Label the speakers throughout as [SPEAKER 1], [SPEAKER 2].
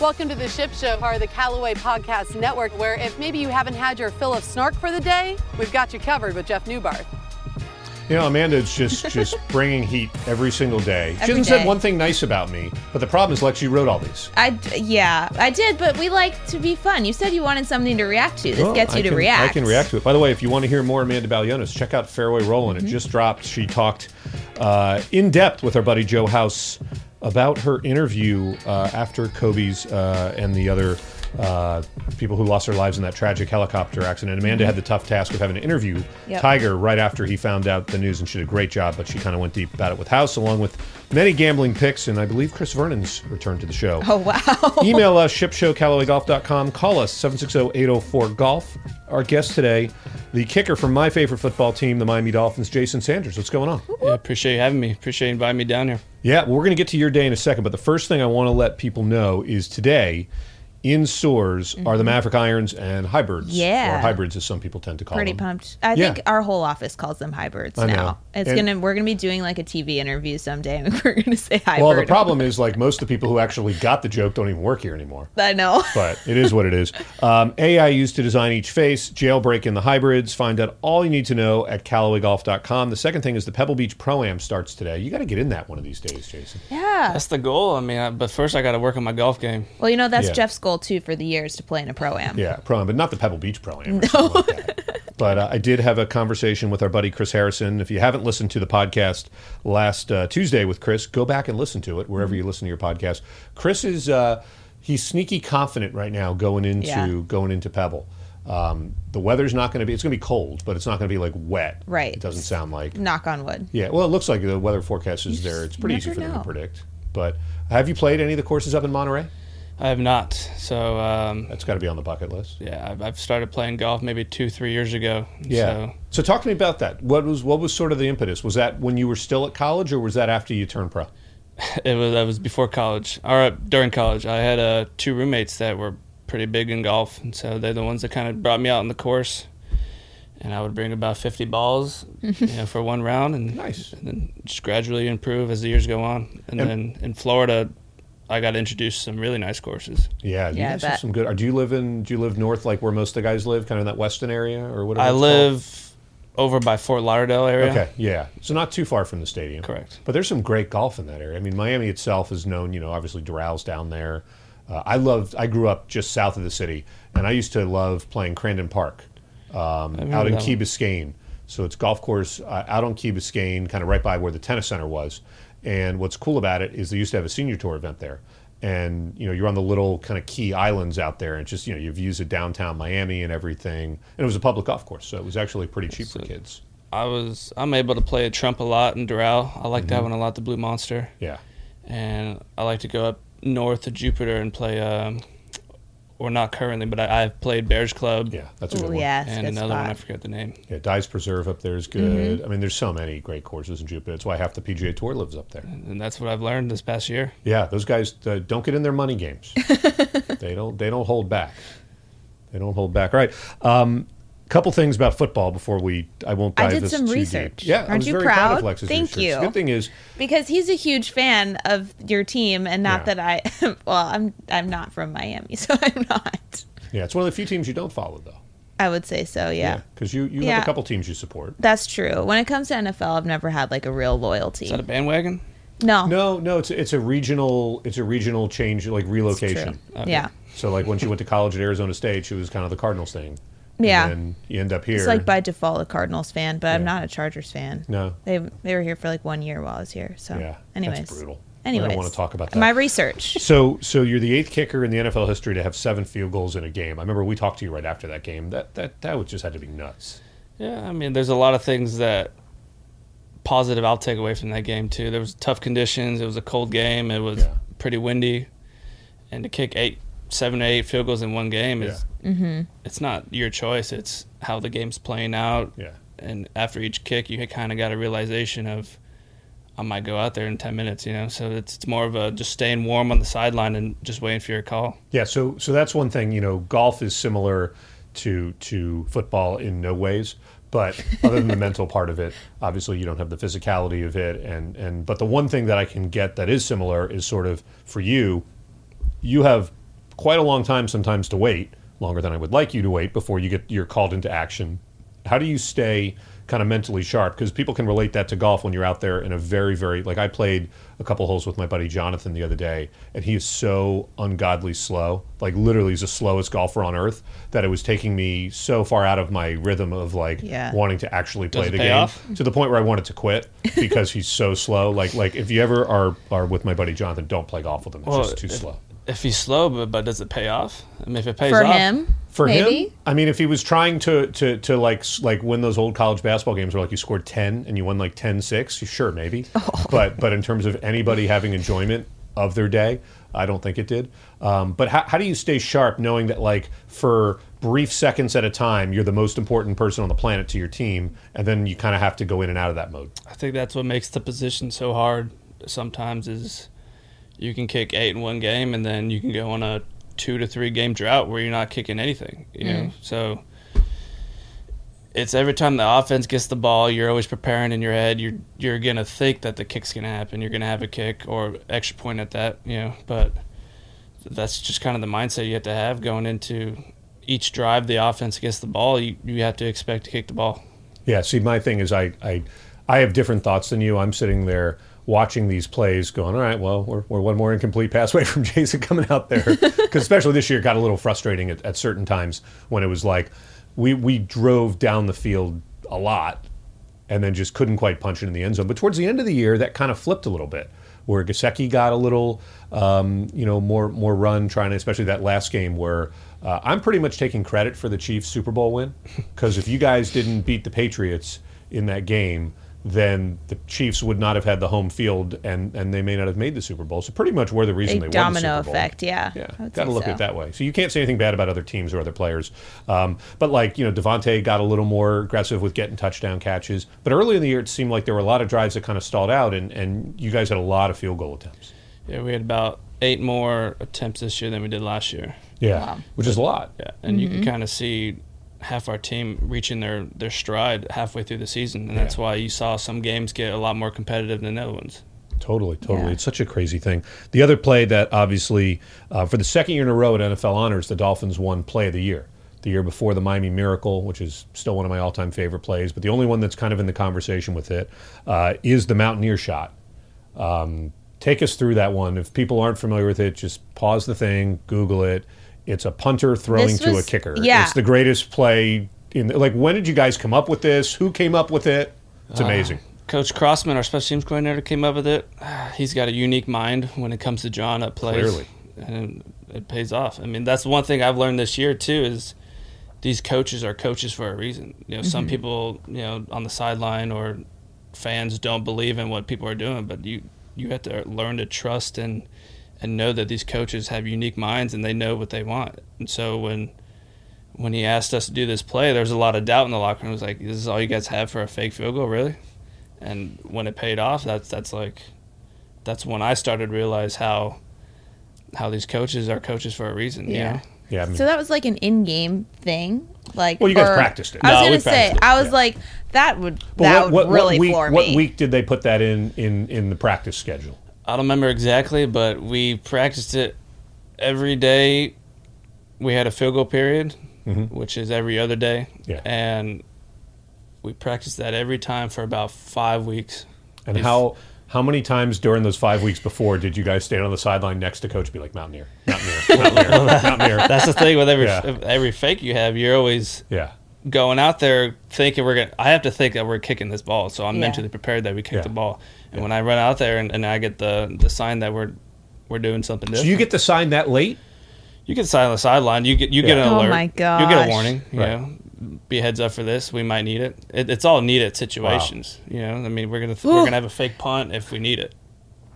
[SPEAKER 1] Welcome to the Ship Show, part of the Callaway Podcast Network, where if maybe you haven't had your fill of snark for the day, we've got you covered with Jeff Newbarth.
[SPEAKER 2] You know, Amanda's just just bringing heat every single day. she
[SPEAKER 3] Every
[SPEAKER 2] hasn't
[SPEAKER 3] day.
[SPEAKER 2] said one thing nice about me, but the problem is, Lex, you wrote all these.
[SPEAKER 3] I d- yeah, I did, but we like to be fun. You said you wanted something to react to. This
[SPEAKER 2] Well,
[SPEAKER 3] gets you
[SPEAKER 2] Oh, I
[SPEAKER 3] to
[SPEAKER 2] can-
[SPEAKER 3] react. Mm-hmm.
[SPEAKER 2] I can react to it. By the way, if you want to hear more Amanda Balionis, check out Fairway Rollin'. It just dropped. She talked uh, in depth with our buddy Joe House about her interview uh, after Kobe's uh, and the other uh, people who lost their lives in that tragic helicopter accident. Amanda had the tough task of having to interview
[SPEAKER 3] Yep.
[SPEAKER 2] Tiger right after he found out the news, and she did a great job. But she kind of went deep about it with House, along with many gambling picks, and I believe Chris Vernon's return to the show.
[SPEAKER 3] Oh wow.
[SPEAKER 2] Email us, shipshowcallawaygolf.com. Call us, 760-804-GOLF. Our guest today, the kicker from my favorite football team, the Miami Dolphins, Jason Sanders. What's going on?
[SPEAKER 4] Yeah, appreciate you having me. Appreciate you inviting me down here.
[SPEAKER 2] Yeah, well, we're going to get to your day in a second, but the first thing I want to let people know is today, in Soars are the Maverick Irons and Hybrids.
[SPEAKER 3] Mm-hmm. Yeah.
[SPEAKER 2] Or Hybrids, as some people tend to call
[SPEAKER 3] Pretty
[SPEAKER 2] them.
[SPEAKER 3] pumped. I
[SPEAKER 2] Yeah.
[SPEAKER 3] think our whole office calls them hybrids
[SPEAKER 2] I know.
[SPEAKER 3] now. It's
[SPEAKER 2] And-
[SPEAKER 3] gonna we're gonna be doing like a TV interview someday, and we're gonna say hybrid.
[SPEAKER 2] Well, the problem is, like, most of the people who actually got the joke don't even work here anymore.
[SPEAKER 3] I know.
[SPEAKER 2] but it is what it is. Um, AI used to design each face, jailbreak in the hybrids. Find out all you need to know at CallawayGolf.com. The second thing is the Pebble Beach Pro Am starts today. You got to get in that one of these days, Jason.
[SPEAKER 3] Yeah.
[SPEAKER 4] That's the goal. I mean, I, but first I got to work on my golf game.
[SPEAKER 3] Well, you know that's
[SPEAKER 2] Yeah.
[SPEAKER 3] Jeff's goal too for the years to play in a pro am.
[SPEAKER 2] Yeah, Pro Am, but not the Pebble Beach Pro Am. No. But uh, I did have a conversation with our buddy Chris Harrison. If you haven't listened to the podcast last uh, Tuesday with Chris, go back and listen to it
[SPEAKER 3] Mm-hmm.
[SPEAKER 2] wherever you listen to your podcast. Chris is uh, he's sneaky confident right now going into
[SPEAKER 3] Yeah.
[SPEAKER 2] going into Pebble. Um, the weather's not going to be it's going to be cold, but it's not going to be like wet.
[SPEAKER 3] Right.
[SPEAKER 2] It doesn't sound like.
[SPEAKER 3] Knock on wood.
[SPEAKER 2] Yeah. Well, it looks like the weather forecast is there. It's pretty easy
[SPEAKER 3] never
[SPEAKER 2] for them to
[SPEAKER 3] know.
[SPEAKER 2] predict. But have you played any of the courses up in Monterey?
[SPEAKER 4] I have not. So, um,
[SPEAKER 2] That's got to be on the bucket list.
[SPEAKER 4] yeah, I've, I've started playing golf maybe two, three years ago.
[SPEAKER 2] Yeah.
[SPEAKER 4] So,
[SPEAKER 2] So, talk to me about that. What was what was sort of the impetus? Was that when you were still at college, or was that after you turned pro?
[SPEAKER 4] it was that was before college or uh, during college. I had uh, two roommates that were pretty big in golf, and so they're the ones that kind of brought me out on the course. And I would bring about 50 balls, you know, for one round, and
[SPEAKER 2] Nice.
[SPEAKER 4] and then just gradually improve as the years go on. And,
[SPEAKER 2] And-
[SPEAKER 4] then in Florida, I got introduced to some really nice courses.
[SPEAKER 2] Yeah. You
[SPEAKER 3] Yeah, I
[SPEAKER 2] guys have
[SPEAKER 3] bet.
[SPEAKER 2] some good. Or do you live in? Do you live north, like where most of the guys live, kind of in that western area, or whatever? it's
[SPEAKER 4] I
[SPEAKER 2] called?
[SPEAKER 4] live over by Fort Lauderdale area.
[SPEAKER 2] Okay. Yeah. So not too far from the stadium.
[SPEAKER 4] Correct.
[SPEAKER 2] But there's some great golf in that area. I mean, Miami itself is known. You know, obviously Doral down there. Uh, I loved. I grew up just south of the city, and I used to love playing Crandon Park um,
[SPEAKER 4] remember
[SPEAKER 2] out in
[SPEAKER 4] that
[SPEAKER 2] Key
[SPEAKER 4] one.
[SPEAKER 2] Biscayne. So it's golf course uh, out on Key Biscayne, kind of right by where the tennis center was. And what's cool about it is they used to have a senior tour event there. And you know you're on the little kind of key islands out there, and it's just you know your views of downtown Miami and everything. And it was a public golf course, so it was actually pretty cheap for kids.
[SPEAKER 4] I was I'm able to play a trump a lot in Doral. I like that one a lot, the Blue Monster.
[SPEAKER 2] Mm-hmm. Yeah.
[SPEAKER 4] And I like to go up north to Jupiter and play. Um, or not currently, but I, I've played Bears Club.
[SPEAKER 2] Yeah, that's a good
[SPEAKER 3] Oh
[SPEAKER 2] one.
[SPEAKER 3] yeah. Mm-hmm. it's a
[SPEAKER 4] And
[SPEAKER 3] good
[SPEAKER 4] another one, I
[SPEAKER 3] spot.
[SPEAKER 4] forget the name.
[SPEAKER 2] Yeah, Dyes Preserve up there is good. I mean, there's so many great courses in Jupiter. That's why half the PGA Tour lives up there.
[SPEAKER 3] Mm.
[SPEAKER 4] And that's what I've learned this past year.
[SPEAKER 2] Yeah, those guys uh, don't get in their money games. they don't. They don't hold back. They don't hold back. All right. Um, couple things about football before we. I won't
[SPEAKER 3] I
[SPEAKER 2] dive
[SPEAKER 3] did
[SPEAKER 2] this
[SPEAKER 3] some
[SPEAKER 2] too deep.
[SPEAKER 3] research.
[SPEAKER 2] Yeah, I
[SPEAKER 3] Aren't
[SPEAKER 2] was
[SPEAKER 3] you
[SPEAKER 2] very proud? of
[SPEAKER 3] proud?
[SPEAKER 2] Lex's
[SPEAKER 3] Thank
[SPEAKER 2] research.
[SPEAKER 3] you.
[SPEAKER 2] Good thing is,
[SPEAKER 3] because he's a huge fan of your team, and not
[SPEAKER 2] Yeah.
[SPEAKER 3] that I. Well, I'm I'm not from Miami, so I'm not.
[SPEAKER 2] yeah, it's one of the few teams you don't follow though.
[SPEAKER 3] I would say so. yeah.
[SPEAKER 2] because you you have
[SPEAKER 3] Yeah.
[SPEAKER 2] a couple teams you support.
[SPEAKER 3] That's true. When it comes to NFL, I've never had like a real loyalty.
[SPEAKER 4] Is that a bandwagon?
[SPEAKER 3] no,
[SPEAKER 2] No, no, it's it's a regional it's a regional change like
[SPEAKER 3] it's
[SPEAKER 2] relocation.
[SPEAKER 3] true. Yeah,
[SPEAKER 2] So like when she went to college at Arizona State, she was kind of the Cardinals thing.
[SPEAKER 3] Yeah.
[SPEAKER 2] And then you end up here.
[SPEAKER 3] it's like by default a Cardinals fan, but I'm
[SPEAKER 2] Yeah.
[SPEAKER 3] not a Chargers fan.
[SPEAKER 2] No.
[SPEAKER 3] they they were here for like one year while I was here. So,
[SPEAKER 2] Yeah.
[SPEAKER 3] anyways,
[SPEAKER 2] That's brutal.
[SPEAKER 3] Anyways,
[SPEAKER 2] I don't want to talk about that.
[SPEAKER 3] my research.
[SPEAKER 2] so so you're the eighth kicker in the NFL history to have seven field goals in a game. I remember we talked to you right after that game. That that that would just had to be nuts.
[SPEAKER 4] Yeah, I mean, there's a lot of things that positive I'll take away from that game too. There was tough conditions. It was a cold game. It was
[SPEAKER 2] Yeah.
[SPEAKER 4] pretty windy, and to kick eight, seven to eight field goals in one game is
[SPEAKER 3] Mm-hmm.
[SPEAKER 4] it's not your choice. It's how the game's playing out.
[SPEAKER 2] Yeah.
[SPEAKER 4] And after each kick, you kind of got a realization of I might go out there in ten minutes. You know, so it's it's more of a just staying warm on the sideline and just waiting for your call.
[SPEAKER 2] Yeah, so so that's one thing, you know, golf is similar to to football in no ways, but other than the mental part of it, obviously you don't have the physicality of it and and but the one thing that I can get that is similar is sort of for you, you have quite a long time sometimes to wait, longer than I would like you to wait before you get you're called into action. How do you stay kind of mentally sharp? Because people can relate that to golf when you're out there in a very, very like I played a couple holes with my buddy Jonathan the other day, and he is so ungodly slow. Like literally he's the slowest golfer on earth that it was taking me so far out of my rhythm of like
[SPEAKER 3] Yeah.
[SPEAKER 2] wanting to actually play
[SPEAKER 4] Does it
[SPEAKER 2] the
[SPEAKER 4] pay
[SPEAKER 2] game
[SPEAKER 4] off?
[SPEAKER 2] to the point where I wanted to quit because he's so slow. Like like if you ever are are with my buddy Jonathan, don't play golf with him. It's
[SPEAKER 4] Well,
[SPEAKER 2] just too slow.
[SPEAKER 4] If he's slow, but, but does it pay off? I mean, if it pays
[SPEAKER 3] for
[SPEAKER 4] off
[SPEAKER 3] him.
[SPEAKER 2] For
[SPEAKER 3] maybe?
[SPEAKER 2] him, I mean, if he was trying to to to like s- like win those old college basketball games where like you scored ten and you won like 10-6, sure maybe. But but in terms of anybody having enjoyment of their day, I don't think it did. Um, but how, how do you stay sharp knowing that like for brief seconds at a time you're the most important person on the planet to your team, and then you kind of have to go in and out of that mode.
[SPEAKER 4] I think that's what makes the position so hard sometimes is you can kick eight in one game and then you can go on a two to three game drought where you're not kicking anything. You know? So it's every time the offense gets the ball, you're always preparing in your head. You're you're gonna think that the kick's gonna happen. You're gonna have a kick or extra point at that, you know, but that's just kind of the mindset you have to have going into each drive the offense gets the ball, you, you have to expect to kick the ball.
[SPEAKER 2] Yeah, see, my thing is, I, I, I have different thoughts than you. I'm sitting there watching these plays, going, "All right, well, we're, we're one more incomplete pass away from Jason coming out there." Because especially this year, it got a little frustrating at, at certain times when it was like, we we drove down the field a lot, and then just couldn't quite punch it in the end zone. But towards the end of the year, that kind of flipped a little bit, where Gasecki got a little, um, you know, more more run trying to, especially that last game where uh, I'm pretty much taking credit for the Chiefs Super Bowl win, because if you guys didn't beat the Patriots in that game, then the Chiefs would not have had the home field, and and they may not have made the Super Bowl. So pretty much we're the reason
[SPEAKER 3] A
[SPEAKER 2] they won the
[SPEAKER 3] domino
[SPEAKER 2] Super Bowl.
[SPEAKER 3] effect, yeah.
[SPEAKER 2] Yeah,
[SPEAKER 3] I would
[SPEAKER 2] got to
[SPEAKER 3] say
[SPEAKER 2] look at
[SPEAKER 3] so.
[SPEAKER 2] it that way. So you can't say anything bad about other teams or other players. Um, but like you know, Devontae got a little more aggressive with getting touchdown catches. But early in the year, it seemed like there were a lot of drives that kind of stalled out, and and you guys had a lot of field goal attempts.
[SPEAKER 4] Yeah, we had about eight more attempts this year than we did last year.
[SPEAKER 2] Yeah, which is a lot.
[SPEAKER 4] Yeah, and you can kind of see half our team reaching their their stride halfway through the season, and that's
[SPEAKER 2] Yeah.
[SPEAKER 4] why you saw some games get a lot more competitive than other ones.
[SPEAKER 2] Totally, totally.
[SPEAKER 3] Yeah.
[SPEAKER 2] It's such a crazy thing. The other play that obviously, uh, for the second year in a row at NFL Honors, the Dolphins won Play of the Year. The year before, the Miami Miracle, which is still one of my all time favorite plays, but the only one that's kind of in the conversation with it uh, is the Mountaineer shot. Um, take us through that one. If people aren't familiar with it, just pause the thing, Google it. It's a punter throwing
[SPEAKER 3] This
[SPEAKER 2] to a
[SPEAKER 3] was-
[SPEAKER 2] kicker.
[SPEAKER 3] yeah.
[SPEAKER 2] It's the greatest play in. Like, when did you guys come up with this? Who came up with it?
[SPEAKER 3] Ah.
[SPEAKER 2] It's amazing.
[SPEAKER 4] Coach Crossman, our special teams coordinator, came up with it. He's got a unique mind when it comes to drawing up plays,
[SPEAKER 2] Clearly.
[SPEAKER 4] and it pays off. I mean, that's one thing I've learned this year too is these coaches are coaches for a reason. You know, some people, you know, on the sideline or fans don't believe in what people are doing, but you you have to learn to trust and and know that these coaches have unique minds and they know what they want. And so when when he asked us to do this play, there was a lot of doubt in the locker room. It was like, "This is all you guys have for a fake field goal, really?" And when it paid off, that's that's like that's when I started to realize how how these coaches are coaches for a reason. Yeah.
[SPEAKER 3] Yeah.
[SPEAKER 2] Yeah, I mean-
[SPEAKER 3] so that was like an in-game thing. Like,
[SPEAKER 2] Well, you guys
[SPEAKER 3] or-
[SPEAKER 2] practiced it.
[SPEAKER 3] I was
[SPEAKER 4] No, we
[SPEAKER 3] gonna say,
[SPEAKER 4] practiced it,
[SPEAKER 3] I was
[SPEAKER 2] yeah.
[SPEAKER 3] like, that would
[SPEAKER 2] But
[SPEAKER 3] that
[SPEAKER 2] what, what,
[SPEAKER 3] would really
[SPEAKER 2] what week,
[SPEAKER 3] floor
[SPEAKER 2] what
[SPEAKER 3] me.
[SPEAKER 2] week did they put that in in in the practice schedule?
[SPEAKER 4] I don't remember exactly, but we practiced it every day. We had a field goal period, which is every other day.
[SPEAKER 2] Mm-hmm. Yeah.
[SPEAKER 4] And we practiced that every time for about five weeks.
[SPEAKER 2] And
[SPEAKER 4] If-
[SPEAKER 2] how how many times during those five weeks before did you guys stand on the sideline next to coach and be like Mountaineer, Mountaineer, Mountaineer, Mountaineer?
[SPEAKER 4] That's the thing with every
[SPEAKER 2] Yeah.
[SPEAKER 4] every fake you have, you're always
[SPEAKER 2] Yeah,
[SPEAKER 4] going out there thinking we're gonna I have to think that we're kicking this ball, so I'm
[SPEAKER 3] Yeah.
[SPEAKER 4] mentally prepared that we kick
[SPEAKER 2] Yeah.
[SPEAKER 4] the ball. And when I run out there and, and I get the the sign that we're we're doing something
[SPEAKER 2] so
[SPEAKER 4] different.
[SPEAKER 2] you get the sign that late.
[SPEAKER 4] You get silent on the sideline. You get you get
[SPEAKER 2] Yeah.
[SPEAKER 4] an
[SPEAKER 3] Oh
[SPEAKER 4] alert.
[SPEAKER 3] my
[SPEAKER 4] You get
[SPEAKER 3] gosh.
[SPEAKER 4] a warning. You
[SPEAKER 2] Right.
[SPEAKER 4] know, be heads up for this. We might need it. it it's all needed situations. You know, I mean, we're gonna we're
[SPEAKER 3] Ooh.
[SPEAKER 4] gonna have a fake punt if we need it.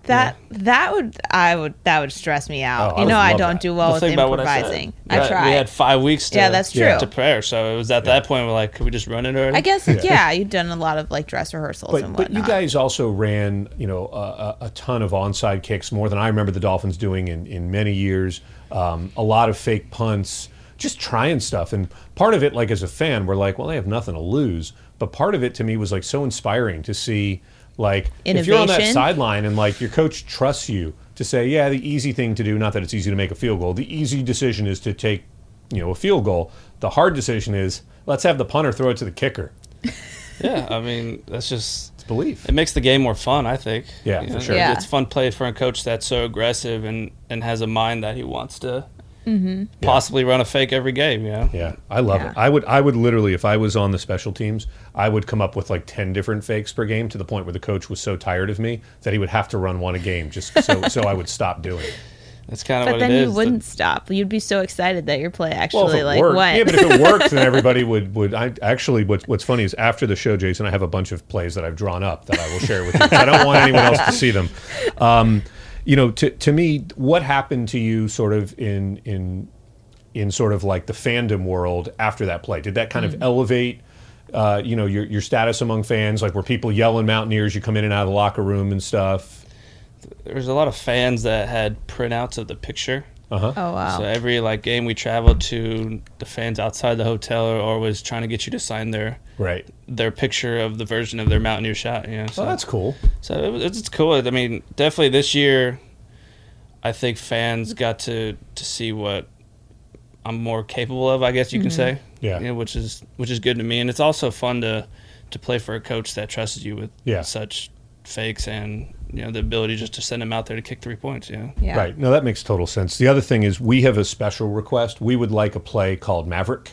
[SPEAKER 3] That that would I would that would stress me out.
[SPEAKER 2] Oh, I
[SPEAKER 3] you
[SPEAKER 2] would
[SPEAKER 3] know, I
[SPEAKER 2] love
[SPEAKER 3] don't
[SPEAKER 2] that.
[SPEAKER 3] do well
[SPEAKER 4] Well,
[SPEAKER 3] with
[SPEAKER 4] think about what I said.
[SPEAKER 3] improvising.
[SPEAKER 4] We
[SPEAKER 3] I,
[SPEAKER 4] had-
[SPEAKER 3] try.
[SPEAKER 4] We had five weeks. To,
[SPEAKER 3] Yeah, that's
[SPEAKER 2] true.
[SPEAKER 4] To prayer, so it was at that point we're like, could we just run it already?
[SPEAKER 3] I guess yeah. you've done a lot of like dress rehearsals and
[SPEAKER 2] But, but
[SPEAKER 3] whatnot.
[SPEAKER 2] you guys also ran, you know, a, a a ton of onside kicks, more than I remember the Dolphins doing in, in many years. Um, a lot of fake punts, just trying stuff. And part of it, like as a fan, we're like, well, they have nothing to lose. But part of it to me was like so inspiring to see, like, if you're on that
[SPEAKER 3] Innovation.
[SPEAKER 2] sideline and like your coach trusts you to say, yeah, the easy thing to do, not that it's easy to make a field goal, the easy decision is to take, you know, a field goal. The hard decision is let's have the punter throw it to the kicker.
[SPEAKER 4] yeah, I mean, that's just
[SPEAKER 2] It's belief.
[SPEAKER 4] it makes the game more fun. I think.
[SPEAKER 2] Yeah, for sure.
[SPEAKER 3] Yeah.
[SPEAKER 4] It's fun play for a coach that's so aggressive and and has a mind that he wants to
[SPEAKER 3] Mm-hmm.
[SPEAKER 4] possibly run a fake every game. You know.
[SPEAKER 2] Yeah, I love it. I would I would literally if I was on the special teams, I would come up with like 10 different fakes per game to the point where the coach was so tired of me that he would have to run one a game just so so I would stop doing it.
[SPEAKER 4] That's kind of
[SPEAKER 3] But
[SPEAKER 4] what
[SPEAKER 3] then
[SPEAKER 4] it is.
[SPEAKER 3] you wouldn't stop. You'd be so excited that your play
[SPEAKER 2] Well, if
[SPEAKER 3] actually
[SPEAKER 2] it
[SPEAKER 3] like
[SPEAKER 2] worked,
[SPEAKER 3] went.
[SPEAKER 2] yeah, but if it worked, then everybody would would. I actually, what's what's funny is after the show, Jason, I have a bunch of plays that I've drawn up that I will share with you. 'cause I don't want anyone else to see them. Um, you know, to to me, what happened to you, sort of in in in sort of like the fandom world after that play? Did that kind
[SPEAKER 3] Mm.
[SPEAKER 2] of elevate? Uh, you know your your status among fans, like were people yelling Mountaineers? You come in and out of the locker room and stuff.
[SPEAKER 4] there was a lot of fans that had printouts of the picture.
[SPEAKER 2] Uh-huh.
[SPEAKER 3] oh wow.
[SPEAKER 4] So every like game we traveled to, the fans outside the hotel are always trying to get you to sign their
[SPEAKER 2] Right.
[SPEAKER 4] their picture of the version of their Mountaineer shot. You know, so
[SPEAKER 2] Oh, that's cool.
[SPEAKER 4] so it was, it's it's cool. I mean, definitely this year, I think
[SPEAKER 3] Mm-hmm.
[SPEAKER 4] fans got to to see what I'm more capable of. I guess you can
[SPEAKER 3] Mm-hmm.
[SPEAKER 4] say,
[SPEAKER 2] Yeah.
[SPEAKER 4] You know, which is which is good to me, and it's also fun to to play for a coach that trusts you with
[SPEAKER 2] Yeah.
[SPEAKER 4] such fakes and you know the ability just to send them out there to kick three points. You know,
[SPEAKER 3] yeah.
[SPEAKER 2] Right. No, that makes total sense. The other thing is we have a special request. We would like a play called Maverick,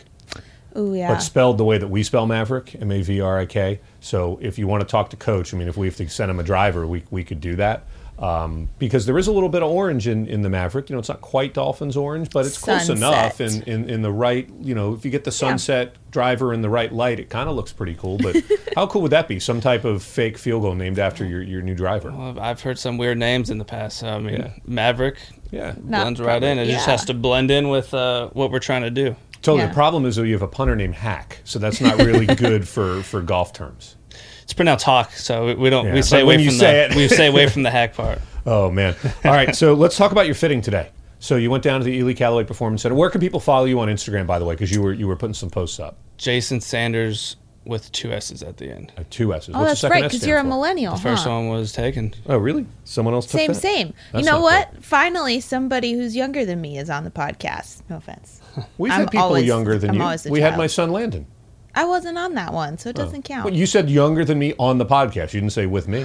[SPEAKER 3] Oh yeah.
[SPEAKER 2] but spelled the way that we spell Maverick, M A V R I K. So if you want to talk to coach, I mean, if we have to send him a driver, we, we could do that. Um, because there is a little bit of orange in, in the Maverick. You know, it's not quite Dolphins orange, but it's close
[SPEAKER 3] Sunset.
[SPEAKER 2] enough. And in, in the right, you know, if you get the sunset driver in the right light, it kind of looks pretty cool. But how cool would that be? Some type of fake field goal named after your, your new driver.
[SPEAKER 4] Well, I've- I've heard some weird names in the past. So, I mean,
[SPEAKER 2] Yeah.
[SPEAKER 4] Maverick
[SPEAKER 2] Yeah.
[SPEAKER 3] Not
[SPEAKER 4] blends right in. It just
[SPEAKER 3] yeah.
[SPEAKER 4] has to blend in with uh, what we're trying to do.
[SPEAKER 2] Totally.
[SPEAKER 3] Yeah.
[SPEAKER 2] The problem is though you have a punter named Hack, so that's not really good for for golf terms.
[SPEAKER 4] It's pronounced hawk, so we- we don't
[SPEAKER 2] Yeah,
[SPEAKER 4] we stay
[SPEAKER 2] but
[SPEAKER 4] away
[SPEAKER 2] when you
[SPEAKER 4] from
[SPEAKER 2] say
[SPEAKER 4] the
[SPEAKER 2] it-
[SPEAKER 4] we stay away from the hack part.
[SPEAKER 2] Oh man. All right. So let's talk about your fitting today. So you went down to the Ely Callaway Performance Center. Where can people follow you on Instagram, by the way? Because you were you were putting some posts up.
[SPEAKER 4] Jason Sanders with two S's at the end.
[SPEAKER 2] Uh, two S's.
[SPEAKER 3] oh,
[SPEAKER 2] What's
[SPEAKER 3] that's
[SPEAKER 2] the second
[SPEAKER 3] right.
[SPEAKER 2] S
[SPEAKER 3] Because
[SPEAKER 2] stand
[SPEAKER 3] you're a
[SPEAKER 2] for?
[SPEAKER 3] millennial.
[SPEAKER 4] The first
[SPEAKER 3] huh?
[SPEAKER 4] one was taken.
[SPEAKER 2] Oh, really? Someone else took
[SPEAKER 3] Same,
[SPEAKER 2] that?
[SPEAKER 3] same.
[SPEAKER 2] That's
[SPEAKER 3] you know
[SPEAKER 2] not
[SPEAKER 3] what? Finally, somebody who's younger than me is on the podcast. No offense.
[SPEAKER 2] We've
[SPEAKER 3] I'm
[SPEAKER 2] had people
[SPEAKER 3] always-
[SPEAKER 2] younger than
[SPEAKER 3] I'm
[SPEAKER 2] you.
[SPEAKER 3] always a
[SPEAKER 2] we had my
[SPEAKER 3] child. Oh.
[SPEAKER 2] son Landon.
[SPEAKER 3] I wasn't on that one, so it doesn't count.
[SPEAKER 2] Oh. Well, you said younger than me on the podcast. You didn't say with me.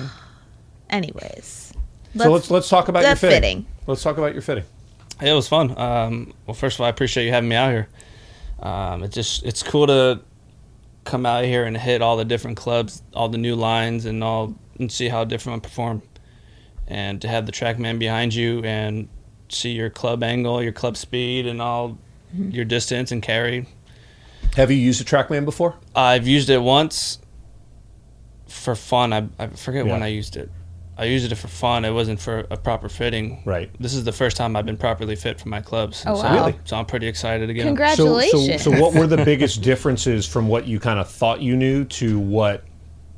[SPEAKER 3] Anyways,
[SPEAKER 2] so let's let's talk about your
[SPEAKER 3] the
[SPEAKER 2] fitting.
[SPEAKER 3] fitting.
[SPEAKER 2] Let's talk about your fitting.
[SPEAKER 4] It was fun. Um, well, first of all, I appreciate you having me out here. Um, it just it's cool to come out here and hit all the different clubs, all the new lines, and all and see how different I perform. And to have the TrackMan behind you and see your club angle, your club speed, and all your distance and carry.
[SPEAKER 2] Have you used a TrackMan before?
[SPEAKER 4] I've used it once for fun. I, I forget when
[SPEAKER 2] Yeah.
[SPEAKER 4] I used it. I used it for fun. It wasn't for a proper fitting.
[SPEAKER 2] Right.
[SPEAKER 4] This is the first time I've been properly fit for my clubs.
[SPEAKER 3] Oh,
[SPEAKER 4] so,
[SPEAKER 3] wow.
[SPEAKER 2] Really?
[SPEAKER 4] So I'm pretty excited again.
[SPEAKER 2] So,
[SPEAKER 3] congratulations.
[SPEAKER 2] so, so what were the biggest differences from what you kind of thought you knew to what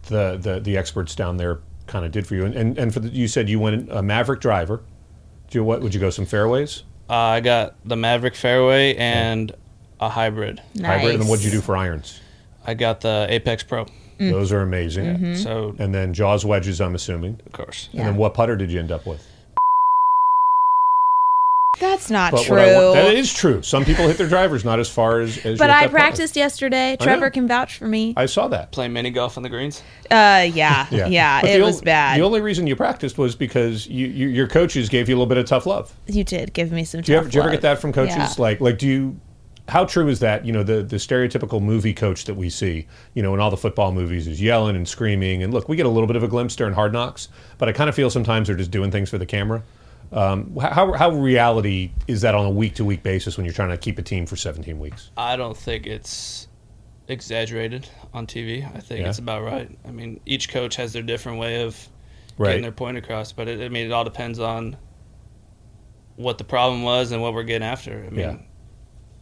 [SPEAKER 2] the the, the experts down there kind of did for you? And and, and for the, you said you went a Maverick driver. Do you, what would you go some fairways
[SPEAKER 4] Uh, I got the Maverick fairway and a hybrid.
[SPEAKER 2] hybrid? And then
[SPEAKER 3] Nice. Mm.
[SPEAKER 2] what'd you do for irons?
[SPEAKER 4] I got the Apex Pro.
[SPEAKER 2] Those are amazing.
[SPEAKER 4] So
[SPEAKER 2] And then jaws wedges, I'm assuming.
[SPEAKER 4] of course.
[SPEAKER 3] Mm-hmm. Yeah.
[SPEAKER 2] And then what putter did you end up with?
[SPEAKER 3] That's not true.
[SPEAKER 2] what I want- that is true. Some people hit their drivers not as far as. as
[SPEAKER 3] but
[SPEAKER 2] you hit
[SPEAKER 3] I
[SPEAKER 2] that putter.
[SPEAKER 3] practiced yesterday. Trevor can vouch for me.
[SPEAKER 2] I saw that.
[SPEAKER 4] Play mini golf on the greens.
[SPEAKER 3] Uh, yeah, yeah,
[SPEAKER 2] But
[SPEAKER 3] it
[SPEAKER 2] the
[SPEAKER 3] was
[SPEAKER 2] ol-
[SPEAKER 3] bad.
[SPEAKER 2] The only reason you practiced was because you, you, your coaches gave you a little bit of tough love.
[SPEAKER 3] you did give me some.
[SPEAKER 2] Do you ever,
[SPEAKER 3] tough
[SPEAKER 2] do you ever get
[SPEAKER 3] love.
[SPEAKER 2] that from coaches?
[SPEAKER 3] Yeah.
[SPEAKER 2] Like, like, do you? How true is that? You know, the the stereotypical movie coach that we see, you know, in all the football movies is yelling and screaming. And look, we get a little bit of a glimpse during Hard Knocks, but I kind of feel sometimes they're just doing things for the camera. Um, wh- how how reality is that on a week to week basis when you're trying to keep a team for 17 weeks?
[SPEAKER 4] I don't think it's exaggerated on TV. I think
[SPEAKER 2] Yeah.
[SPEAKER 4] it's about right. I mean, each coach has their different way of
[SPEAKER 2] Right.
[SPEAKER 4] getting their point across, but it, I mean, it all depends on what the problem was and what we're getting after. I mean,
[SPEAKER 2] Yeah.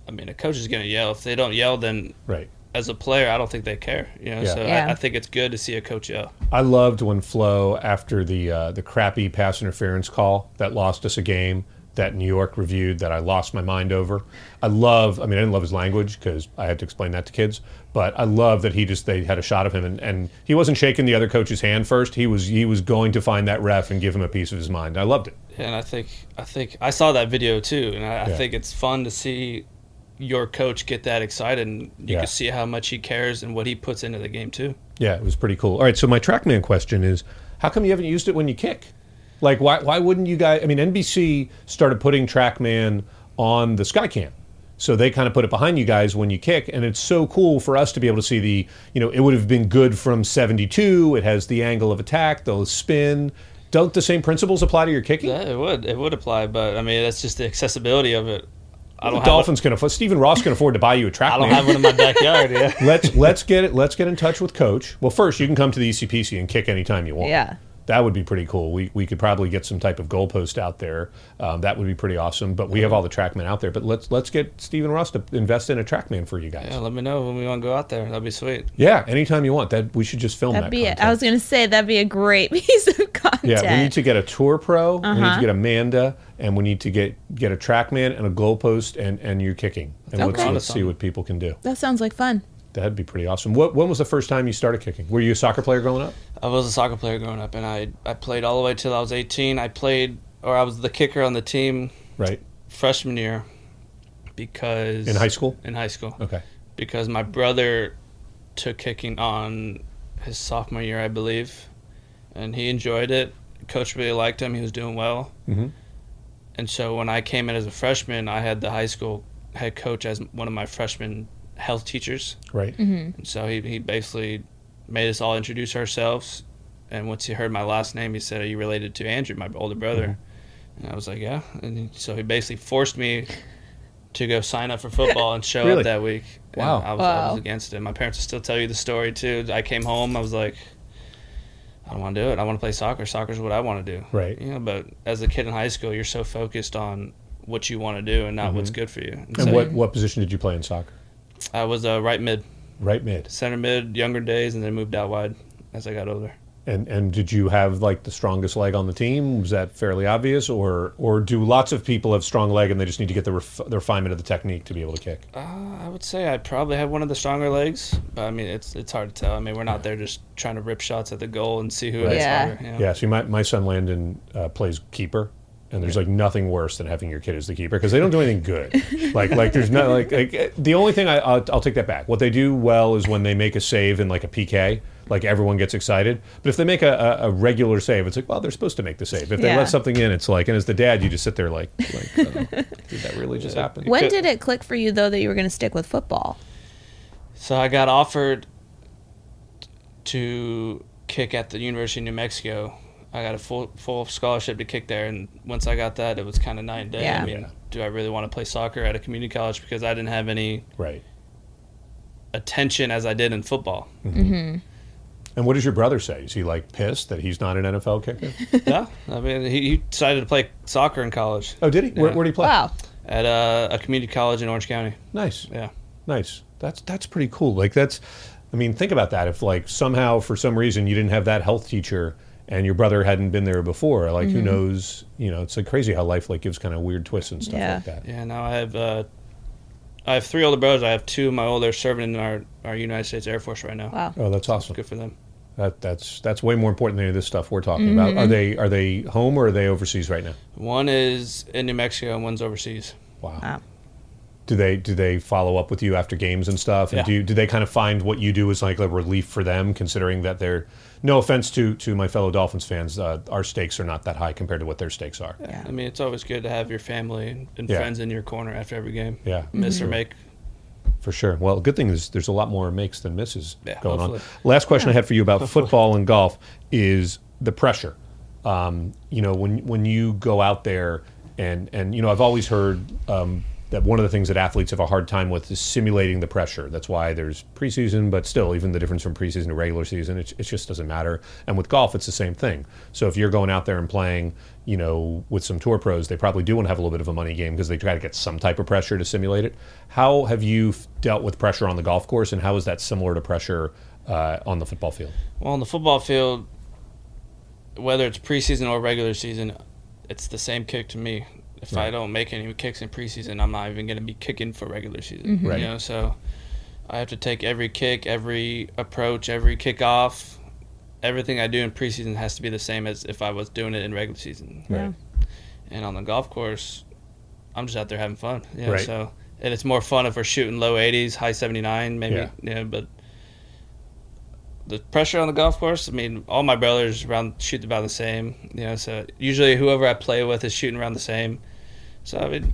[SPEAKER 4] I mean, a coach is going to yell. If they don't yell, then
[SPEAKER 2] Right.
[SPEAKER 4] as a player, I don't think they care. You know,
[SPEAKER 2] Yeah.
[SPEAKER 4] so
[SPEAKER 3] Yeah.
[SPEAKER 4] I, I think it's good to see a coach yell.
[SPEAKER 2] I loved when Flo, after the uh, the crappy pass interference call that lost us a game, that New York reviewed that I lost my mind over. I love, I mean, I didn't love his language because I had to explain that to kids, but I love that he just, they had a shot of him and, and he wasn't shaking the other coach's hand first. He was, he was going to find that ref and give him a piece of his mind. I loved it.
[SPEAKER 4] and I think I think I saw that video too, and I,
[SPEAKER 2] Yeah.
[SPEAKER 4] I think it's fun to see your coach get that excited, and you
[SPEAKER 2] Yeah.
[SPEAKER 4] can see how much he cares and what he puts into the game too.
[SPEAKER 2] Yeah, it was pretty cool. All right, so my TrackMan question is, how come you haven't used it when you kick? Like, why why wouldn't you guys? I mean, NBC started putting TrackMan on the Skycam, so they kind of put it behind you guys when you kick, and it's so cool for us to be able to see the. You know, it would have been good from seventy two. It has the angle of attack, the spin. Don't the same principles apply to your kicking?
[SPEAKER 4] Yeah, Uh, it would it would apply, but I mean that's just the accessibility of it. I
[SPEAKER 2] the
[SPEAKER 4] don't have
[SPEAKER 2] Dolphins can afford. Stephen Ross can afford to buy you a TrackMan.
[SPEAKER 4] I don't have one in my backyard. Yeah,
[SPEAKER 2] let's let's get it. Let's get in touch with Coach. Well, first you can come to the E ECPC and kick anytime you want.
[SPEAKER 3] Yeah.
[SPEAKER 2] that would be pretty cool. We we could probably get some type of goalpost out there. Um, that would be pretty awesome. But we have all the TrackMan out there. But let's let's get Stephen Ross to invest in a TrackMan for you guys.
[SPEAKER 4] yeah.
[SPEAKER 2] Yeah,
[SPEAKER 4] Let me know when we want to go out there. That'd be sweet.
[SPEAKER 2] anytime you want. That we should just film
[SPEAKER 3] That'd
[SPEAKER 2] that.
[SPEAKER 3] be. A,
[SPEAKER 2] content.
[SPEAKER 3] I was gonna say that'd be a great piece of content.
[SPEAKER 2] yeah, we need to get a tour pro. We
[SPEAKER 3] Uh-huh.
[SPEAKER 2] need to get Amanda, and we need to get get a TrackMan and a goalpost and and your kicking. And let's,
[SPEAKER 3] Okay.
[SPEAKER 2] let's see what people can do.
[SPEAKER 3] that sounds like fun.
[SPEAKER 2] That'd be pretty awesome. What when was the first time you started kicking? Were you a soccer player growing up?
[SPEAKER 4] I was a soccer player growing up, and I I played all the way till I was 18. I played, or I was the kicker on the team
[SPEAKER 2] Right
[SPEAKER 4] freshman year because
[SPEAKER 2] in high school.
[SPEAKER 4] in high school.
[SPEAKER 2] Okay.
[SPEAKER 4] because my brother took kicking on his sophomore year, I believe, and he enjoyed it. Coach really liked him. He was doing well.
[SPEAKER 2] Mhm.
[SPEAKER 4] And so when I came in as a freshman, I had the high school head coach as one of my freshman health teachers.
[SPEAKER 2] Right.
[SPEAKER 4] And so he, he basically made us all introduce ourselves. And once he heard my last name, he said, Are you related to Andrew, my older brother?
[SPEAKER 2] Mm-hmm.
[SPEAKER 4] And I was like, Yeah. And he- so he basically forced me to go sign up for football and show
[SPEAKER 2] Really?
[SPEAKER 4] up that week. And
[SPEAKER 2] Wow.
[SPEAKER 4] I was, I
[SPEAKER 3] Wow.
[SPEAKER 4] was against it. My parents still tell you the story, too. I came home, I was like, I don't want to do it. I want to play soccer. Soccer's what I want to do.
[SPEAKER 2] Right.
[SPEAKER 4] You know, but as a kid in high school, you're so focused on what you want to do and not what's good for you. And,
[SPEAKER 2] Mm-hmm. And
[SPEAKER 4] so
[SPEAKER 2] what, what position did you play in soccer?
[SPEAKER 4] I was uh, right mid
[SPEAKER 2] Right mid.
[SPEAKER 4] center mid younger days and then moved out wide as I got older.
[SPEAKER 2] And and did you have like the strongest leg on the team? Was that fairly obvious, or or do lots of people have strong leg and they just need to get the, ref- the refinement of the technique to be able to kick?
[SPEAKER 4] Uh, I would say I probably had one of the stronger legs, but I mean it's it's hard to tell. I mean we're not there just trying to rip shots at the goal and see who it is.
[SPEAKER 3] Yeah.
[SPEAKER 4] harder, you know?
[SPEAKER 2] Yeah. See, my my son Landon uh, plays keeper, and there's like nothing worse than having your kid as the keeper because they don't do anything good. like like there's not like, like eh, the only thing I I'll, I'll take that back. What they do well is when they make a save in like a PK. Like everyone gets excited, but if they make a, a, a regular save, it's like, well, they're supposed to make the save. If they
[SPEAKER 3] Yeah.
[SPEAKER 2] let something in, it's like, and as the dad, you just sit there like, like oh, did that really just happen?
[SPEAKER 3] When
[SPEAKER 4] could-
[SPEAKER 3] did it click for you though that you were gonna stick with football?
[SPEAKER 4] So I got offered to kick at the University of New Mexico. I got a full full scholarship to kick there, and once I got that, it was kind of night and day.
[SPEAKER 3] Yeah.
[SPEAKER 4] I mean,
[SPEAKER 2] Yeah.
[SPEAKER 4] do I really want to play soccer at a community college because I didn't have any
[SPEAKER 2] Right.
[SPEAKER 4] attention as I did in football?
[SPEAKER 2] And what does your brother say? Is he like pissed that he's not an NFL kicker?
[SPEAKER 4] yeah, I mean, he, he decided to play soccer in college
[SPEAKER 2] Oh, did he? Where,
[SPEAKER 4] Yeah.
[SPEAKER 2] where did he play?
[SPEAKER 3] Wow.
[SPEAKER 4] at uh, a community college in Orange County.
[SPEAKER 2] Nice.
[SPEAKER 4] Yeah,
[SPEAKER 2] Nice. That's that's pretty cool. Like that's, I mean, think about that. If like somehow for some reason you didn't have that health teacher and your brother hadn't been there before, like
[SPEAKER 4] Mm-hmm.
[SPEAKER 2] who knows? You know, it's like crazy how life like gives kind of weird twists and stuff
[SPEAKER 3] Yeah.
[SPEAKER 2] like that.
[SPEAKER 4] yeah. Now I have uh, I have three older brothers. I have two of my older serving in our, our United States Air Force right now.
[SPEAKER 3] Wow.
[SPEAKER 2] Oh, that's awesome.
[SPEAKER 4] Good for them.
[SPEAKER 2] That that's that's way more important than any of this stuff we're talking about.
[SPEAKER 4] Mm-hmm.
[SPEAKER 2] Are they are they home or are they overseas right now?
[SPEAKER 4] One is in New Mexico and one's overseas.
[SPEAKER 2] Wow.
[SPEAKER 4] Um,
[SPEAKER 3] Wow.
[SPEAKER 2] Do they do they follow up with you after games and stuff? And
[SPEAKER 4] Yeah.
[SPEAKER 2] do you, do they kind of find what you do is like a relief for them, considering that they're no offense to to my fellow Dolphins fans, uh, our stakes are not that high compared to what their stakes are.
[SPEAKER 3] Yeah.
[SPEAKER 4] I mean, it's always good to have your family and
[SPEAKER 2] Yeah.
[SPEAKER 4] friends in your corner after every game.
[SPEAKER 2] Yeah.
[SPEAKER 4] Miss
[SPEAKER 3] Mm-hmm.
[SPEAKER 4] or make.
[SPEAKER 2] For sure. Well, good thing is there's a lot more makes than misses
[SPEAKER 4] Yeah,
[SPEAKER 2] going
[SPEAKER 4] hopefully.
[SPEAKER 2] on. Last question I had for you about football and golf is the pressure. Um, you know, when when you go out there and and you know, I've always heard um, that one of the things that athletes have a hard time with is simulating the pressure. That's why there's preseason, but still, even the difference from preseason to regular season, it, it just doesn't matter. And with golf, it's the same thing. So if you're going out there and playing, you know, with some tour pros, they probably do want to have a little bit of a money game because they try to get some type of pressure to simulate it. How have you f- dealt with pressure on the golf course, and how is that similar to pressure uh, on the football field?
[SPEAKER 4] Well, on the football field, whether it's preseason or regular season, it's the same kick to me. If I don't make any kicks in preseason, I'm not even going to be kicking for regular season.
[SPEAKER 2] Right.
[SPEAKER 4] You know, so I have to take every kick, every approach, every kickoff. Everything I do in preseason has to be the same as if I was doing it in regular season.
[SPEAKER 2] Right.
[SPEAKER 4] And on the golf course, I'm just out there having fun. You know,
[SPEAKER 2] Right.
[SPEAKER 4] So and it's more fun if we're shooting low 80s, high 79, maybe.
[SPEAKER 2] Yeah.
[SPEAKER 4] Yeah. You know, but the pressure on the golf course. I mean, all my brothers around shoot about the same. You know, so usually whoever I play with is shooting around the same. So I mean,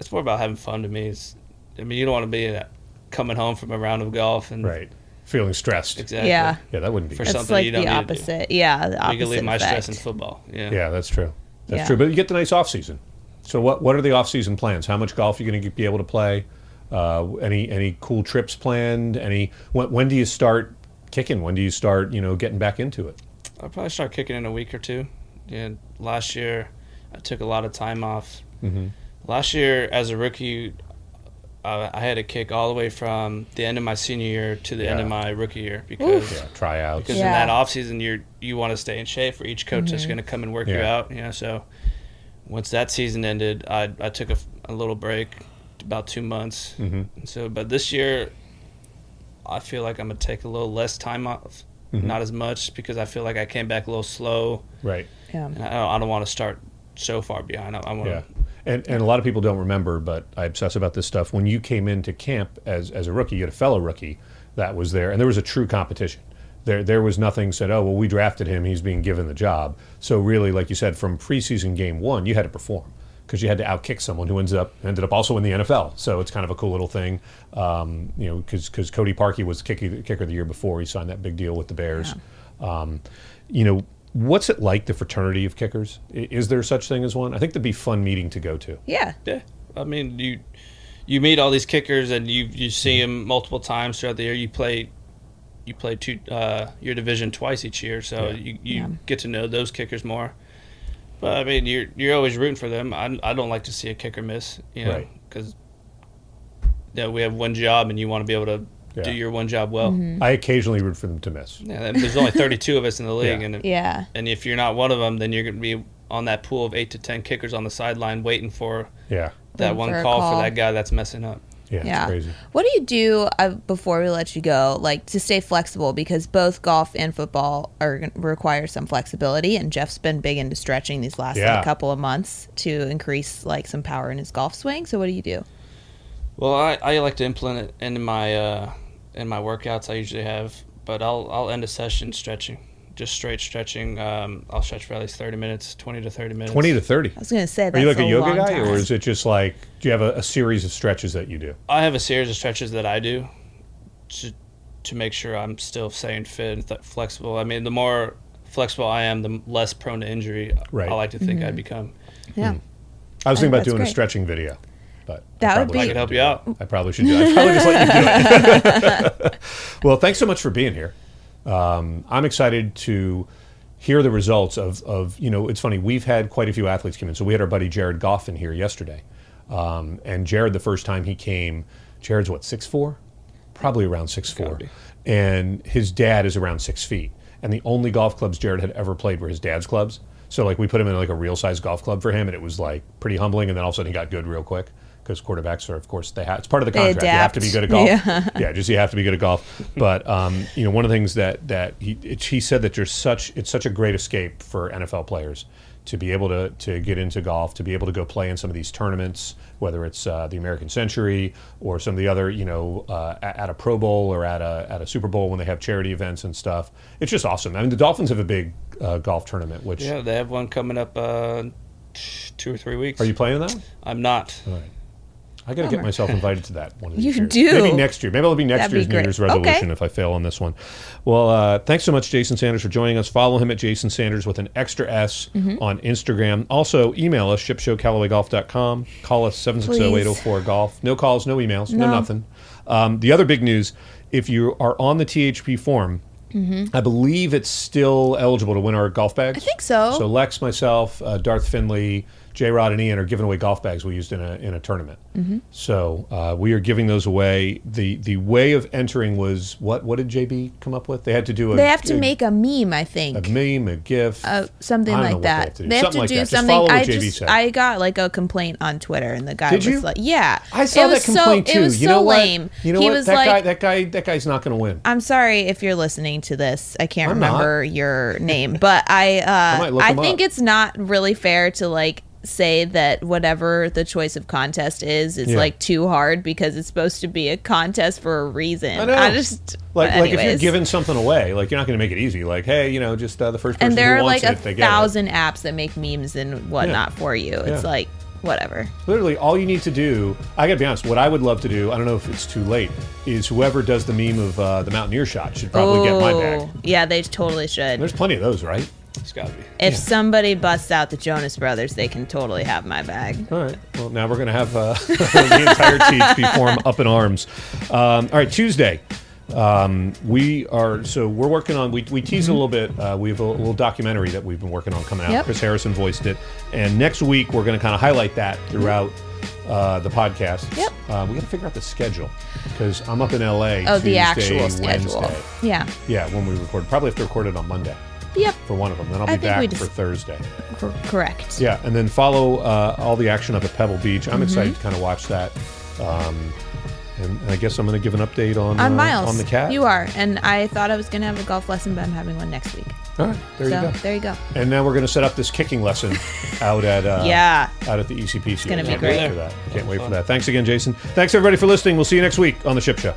[SPEAKER 4] it's more about having fun to me. It's, I mean, you don't want to be uh coming home from a round of golf and
[SPEAKER 2] Right. Feeling stressed.
[SPEAKER 4] exactly.
[SPEAKER 3] Yeah.
[SPEAKER 2] Yeah, that wouldn't be.
[SPEAKER 4] For
[SPEAKER 2] good.
[SPEAKER 4] sure.
[SPEAKER 3] It's
[SPEAKER 4] something
[SPEAKER 3] like
[SPEAKER 4] you don't
[SPEAKER 3] the
[SPEAKER 4] need to do.
[SPEAKER 3] opposite. Yeah, the opposite.
[SPEAKER 4] You can leave my stress in
[SPEAKER 3] effect.
[SPEAKER 4] football. Yeah.
[SPEAKER 2] Yeah, that's true. That's
[SPEAKER 3] Yeah.
[SPEAKER 2] true. But you get the nice off season. So what what are the off season plans? How much golf are you going to be able to play? Uh, any any cool trips planned? Any when, when do you start kicking? When do you start you know getting back into it?
[SPEAKER 4] I'll probably start kicking in a week or two. Yeah, last year I took a lot of time off.
[SPEAKER 2] Mhm.
[SPEAKER 4] Last year, as a rookie, uh, I had to kick all the way from the end of my senior year to the end of
[SPEAKER 2] Yeah.
[SPEAKER 4] my rookie year because
[SPEAKER 2] Yeah, tryouts.
[SPEAKER 4] because
[SPEAKER 3] Yeah.
[SPEAKER 4] in that off season you you want to stay in shape for each coach that's going to come and work you
[SPEAKER 2] Yeah.
[SPEAKER 4] out. You know, so once that season ended, I I took a, f- a little break, about two months. Mm-hmm. So, but this year, I feel like I'm gonna take a little less time off,
[SPEAKER 2] Mm-hmm.
[SPEAKER 4] not as much because I feel like I came back a little slow.
[SPEAKER 2] Right.
[SPEAKER 3] Yeah.
[SPEAKER 4] And I don't, I don't want to start so far behind. I, I want
[SPEAKER 2] Yeah.
[SPEAKER 4] to.
[SPEAKER 2] Um, And, and a lot of people don't remember, but I obsess about this stuff. When you came into camp as, as a rookie, you had a fellow rookie that was there, and there was a true competition. There, there was nothing said, oh, well, we drafted him, he's being given the job. So, really, like you said, from preseason game one, you had to perform because you had to outkick someone who ended up ended up also in the NFL. So, it's kind of a cool little thing, um, you know, because Cody Parkey was kicker, kicker the year before. He signed that big deal with the Bears. Um, you know, what's it like the fraternity of kickers? I- Is there such thing as one? I think that'd be a fun meeting to go to.
[SPEAKER 3] Yeah.
[SPEAKER 4] Yeah, I mean you you meet all these kickers and you you see them multiple times throughout the year. You play you play two uh, your division twice each year, so you you get to know those kickers more. But I mean, you're you're always rooting for them. I, I don't like to see a kicker miss, you know,
[SPEAKER 2] Right.
[SPEAKER 4] because you know, we have one job and you want to be able to do
[SPEAKER 2] Yeah.
[SPEAKER 4] your one job well.
[SPEAKER 2] I occasionally root for them to miss.
[SPEAKER 4] Yeah, and there's only 32 of us in the league,
[SPEAKER 2] Yeah.
[SPEAKER 4] and
[SPEAKER 3] Yeah.
[SPEAKER 4] and if you're not one of them, then you're going to be on that pool of eight to ten kickers on the sideline waiting for
[SPEAKER 2] Yeah,
[SPEAKER 3] Waiting
[SPEAKER 4] that one
[SPEAKER 3] for a
[SPEAKER 4] call,
[SPEAKER 3] call.
[SPEAKER 4] for that guy that's messing up.
[SPEAKER 2] yeah,
[SPEAKER 3] Yeah.
[SPEAKER 2] It's crazy.
[SPEAKER 3] What do you do uh, before we let you go, like to stay flexible? Because both golf and football are gonna require some flexibility, and Jeff's been big into stretching these last like,
[SPEAKER 2] Yeah.
[SPEAKER 3] couple of months to increase like some power in his golf swing. So what do you do?
[SPEAKER 4] Well, I, I like to implement it in my uh, in my workouts. I usually have, but I'll I'll end a session stretching, just straight stretching. Um, I'll stretch for at least thirty minutes, twenty to thirty minutes.
[SPEAKER 2] Twenty to thirty.
[SPEAKER 3] I was gonna say
[SPEAKER 2] Are
[SPEAKER 3] that's
[SPEAKER 2] you like a yoga
[SPEAKER 3] long
[SPEAKER 2] guy,
[SPEAKER 3] time.
[SPEAKER 2] or is it just like do you have a, a series of stretches that you do?
[SPEAKER 4] I have a series of stretches that I do to to make sure I'm still staying fit and th- flexible. I mean, the more flexible I am, the less prone to injury
[SPEAKER 2] Right.
[SPEAKER 4] I like to
[SPEAKER 3] Mm-hmm.
[SPEAKER 4] think I'd become.
[SPEAKER 3] yeah.
[SPEAKER 2] I was thinking
[SPEAKER 3] I think
[SPEAKER 2] about
[SPEAKER 3] Uh, that's
[SPEAKER 2] doing a
[SPEAKER 3] great.
[SPEAKER 2] stretching video, but
[SPEAKER 3] That
[SPEAKER 2] probably
[SPEAKER 3] would be- I
[SPEAKER 2] shouldn't
[SPEAKER 3] could
[SPEAKER 4] help
[SPEAKER 2] do
[SPEAKER 4] you
[SPEAKER 2] that.
[SPEAKER 4] out.
[SPEAKER 2] I probably should do. I probably just let you do it. well, thanks so much for being here. Um, I'm excited to hear the results of of you know. It's funny we've had quite a few athletes come in. So we had our buddy Jared Goff in here yesterday, um, and Jared the first time he came, Jared's what six four, probably around six four,
[SPEAKER 4] be.
[SPEAKER 2] and his dad is around six feet. And the only golf clubs Jared had ever played were his dad's clubs. So like we put him in like a real size golf club for him, and it was like pretty humbling. And then all of a sudden he got good real quick because quarterbacks are of course they have it's part of the
[SPEAKER 3] They
[SPEAKER 2] contract. You have to be good at
[SPEAKER 3] adapt.
[SPEAKER 2] golf.
[SPEAKER 3] Yeah.
[SPEAKER 2] yeah, just you have to be good at golf. But um, you know, one of the things that that he it, he said that you're such it's such a great escape for NFL players to be able to to get into golf, to be able to go play in some of these tournaments, whether it's uh, the American Century or some of the other you know uh, a- at a Pro Bowl or at a at a Super Bowl when they have charity events and stuff. It's just awesome. I mean, the Dolphins have a big uh, golf tournament. Which
[SPEAKER 4] Yeah, they have one coming up uh, t- two or three weeks.
[SPEAKER 2] are you playing in that? one?
[SPEAKER 4] I'm not.
[SPEAKER 2] All right. I got to get
[SPEAKER 3] Bummer.
[SPEAKER 2] myself invited to that one of these
[SPEAKER 3] You
[SPEAKER 2] years.
[SPEAKER 3] do.
[SPEAKER 2] Maybe next year. Maybe it'll be next
[SPEAKER 3] That'd be
[SPEAKER 2] year's New
[SPEAKER 3] great.
[SPEAKER 2] Year's resolution
[SPEAKER 3] Okay.
[SPEAKER 2] if I fail on this one. Well, uh, thanks so much, Jason Sanders, for joining us. Follow him at Jason Sanders with an extra S
[SPEAKER 3] Mm-hmm.
[SPEAKER 2] on Instagram. Also, email us, shipshowcalloway.golf.com. Call us 760-804-GOLF. No calls, no emails, no,
[SPEAKER 3] No.
[SPEAKER 2] nothing. Um, the other big news, if you are on the THP form, I believe it's still eligible to win our golf bags. I
[SPEAKER 3] Mm-hmm. think so.
[SPEAKER 2] So Lex, myself, uh, Darth Finley, J Rod and Ian are giving away golf bags we used in a in a tournament.
[SPEAKER 3] Mm-hmm.
[SPEAKER 2] So uh, we are giving those away. the The way of entering was what? What did JB come up with? They had to do a
[SPEAKER 3] They have to
[SPEAKER 2] a-
[SPEAKER 3] make a meme, I think.
[SPEAKER 2] a meme, a gif,
[SPEAKER 3] Uh, something
[SPEAKER 2] I don't know
[SPEAKER 3] like
[SPEAKER 2] what
[SPEAKER 3] that.
[SPEAKER 2] They have to do, something like that. Just
[SPEAKER 3] something.
[SPEAKER 2] follow what
[SPEAKER 3] I
[SPEAKER 2] JB
[SPEAKER 3] just
[SPEAKER 2] said.
[SPEAKER 3] I got like a complaint on Twitter, and the guy
[SPEAKER 2] Did
[SPEAKER 3] was
[SPEAKER 2] you?
[SPEAKER 3] like, "Yeah,
[SPEAKER 2] I saw
[SPEAKER 3] it was
[SPEAKER 2] that complaint
[SPEAKER 3] so,
[SPEAKER 2] too.
[SPEAKER 3] It was
[SPEAKER 2] you
[SPEAKER 3] so
[SPEAKER 2] know what?
[SPEAKER 3] lame.
[SPEAKER 2] You know
[SPEAKER 3] he
[SPEAKER 2] what?
[SPEAKER 3] was
[SPEAKER 2] that
[SPEAKER 3] like,
[SPEAKER 2] guy, that guy, that guy's not going to win.
[SPEAKER 3] I'm sorry if you're listening to this. I can't
[SPEAKER 2] I'm not.
[SPEAKER 3] remember your name, but I uh,
[SPEAKER 2] might look
[SPEAKER 3] I
[SPEAKER 2] him
[SPEAKER 3] think
[SPEAKER 2] up.
[SPEAKER 3] it's not really fair to like say that whatever the choice of contest is is
[SPEAKER 2] Yeah.
[SPEAKER 3] like too hard because it's supposed to be a contest for a reason.
[SPEAKER 2] I know.
[SPEAKER 3] just
[SPEAKER 2] like, like if you're
[SPEAKER 3] anyways.
[SPEAKER 2] giving something away, like you're not going to make it easy. Like, hey, you know, just uh, the first person
[SPEAKER 3] and there
[SPEAKER 2] who
[SPEAKER 3] are
[SPEAKER 2] wants
[SPEAKER 3] like
[SPEAKER 2] it,
[SPEAKER 3] a
[SPEAKER 2] they get it.
[SPEAKER 3] thousand apps that make memes and whatnot for you. It's
[SPEAKER 2] Yeah.
[SPEAKER 3] like whatever.
[SPEAKER 2] Literally, all you need to do, I gotta be honest, what I would love to do, I don't know if it's too late, is whoever does the meme of uh, the Mountaineer shot should probably get my bag.
[SPEAKER 3] Oh, Yeah, they totally should.
[SPEAKER 2] There's plenty of those, right?
[SPEAKER 4] It's gotta be.
[SPEAKER 3] if somebody busts out the Jonas Brothers, they can totally have my bag.
[SPEAKER 2] All right. Well, now we're going to have uh, the entire THP forum up in arms. Um, all right, Tuesday. Um, we are so we're working on. We, we teased it a little bit. Uh, we have a little documentary that we've been working on coming out.
[SPEAKER 3] Yep.
[SPEAKER 2] Chris Harrison voiced it, and next week we're going to kind of highlight that throughout uh, the podcast.
[SPEAKER 3] Mm-hmm. Yep.
[SPEAKER 2] Uh, we got to figure out the schedule because I'm up in LA.
[SPEAKER 3] Oh,
[SPEAKER 2] Tuesday,
[SPEAKER 3] the actual schedule.
[SPEAKER 2] Wednesday.
[SPEAKER 3] Yeah.
[SPEAKER 2] Yeah, when we record, probably have to record it on Monday
[SPEAKER 3] Yep.
[SPEAKER 2] for one of them. Then I'll be
[SPEAKER 3] I think we
[SPEAKER 2] back
[SPEAKER 3] just-
[SPEAKER 2] for Thursday.
[SPEAKER 3] Cor- correct.
[SPEAKER 2] Yeah, and then follow uh, all the action up at Pebble Beach. I'm
[SPEAKER 3] Mm-hmm.
[SPEAKER 2] excited to kind of watch that. Um, and and I guess I'm going to give an update on
[SPEAKER 3] On
[SPEAKER 2] uh,
[SPEAKER 3] Miles.
[SPEAKER 2] on the cat.
[SPEAKER 3] You are. And I thought I was going to have a golf lesson, but I'm having one next week.
[SPEAKER 2] All right, there
[SPEAKER 3] so
[SPEAKER 2] you go.
[SPEAKER 3] there you go.
[SPEAKER 2] And now we're going to set up this kicking lesson out at uh,
[SPEAKER 3] Yeah.
[SPEAKER 2] out at the ECPC. It's
[SPEAKER 3] gonna be
[SPEAKER 2] Can't wait
[SPEAKER 4] great.
[SPEAKER 2] for that. Can't wait for that. Thanks again, Jason. Thanks everybody for listening. We'll see you next week on the Ship Show.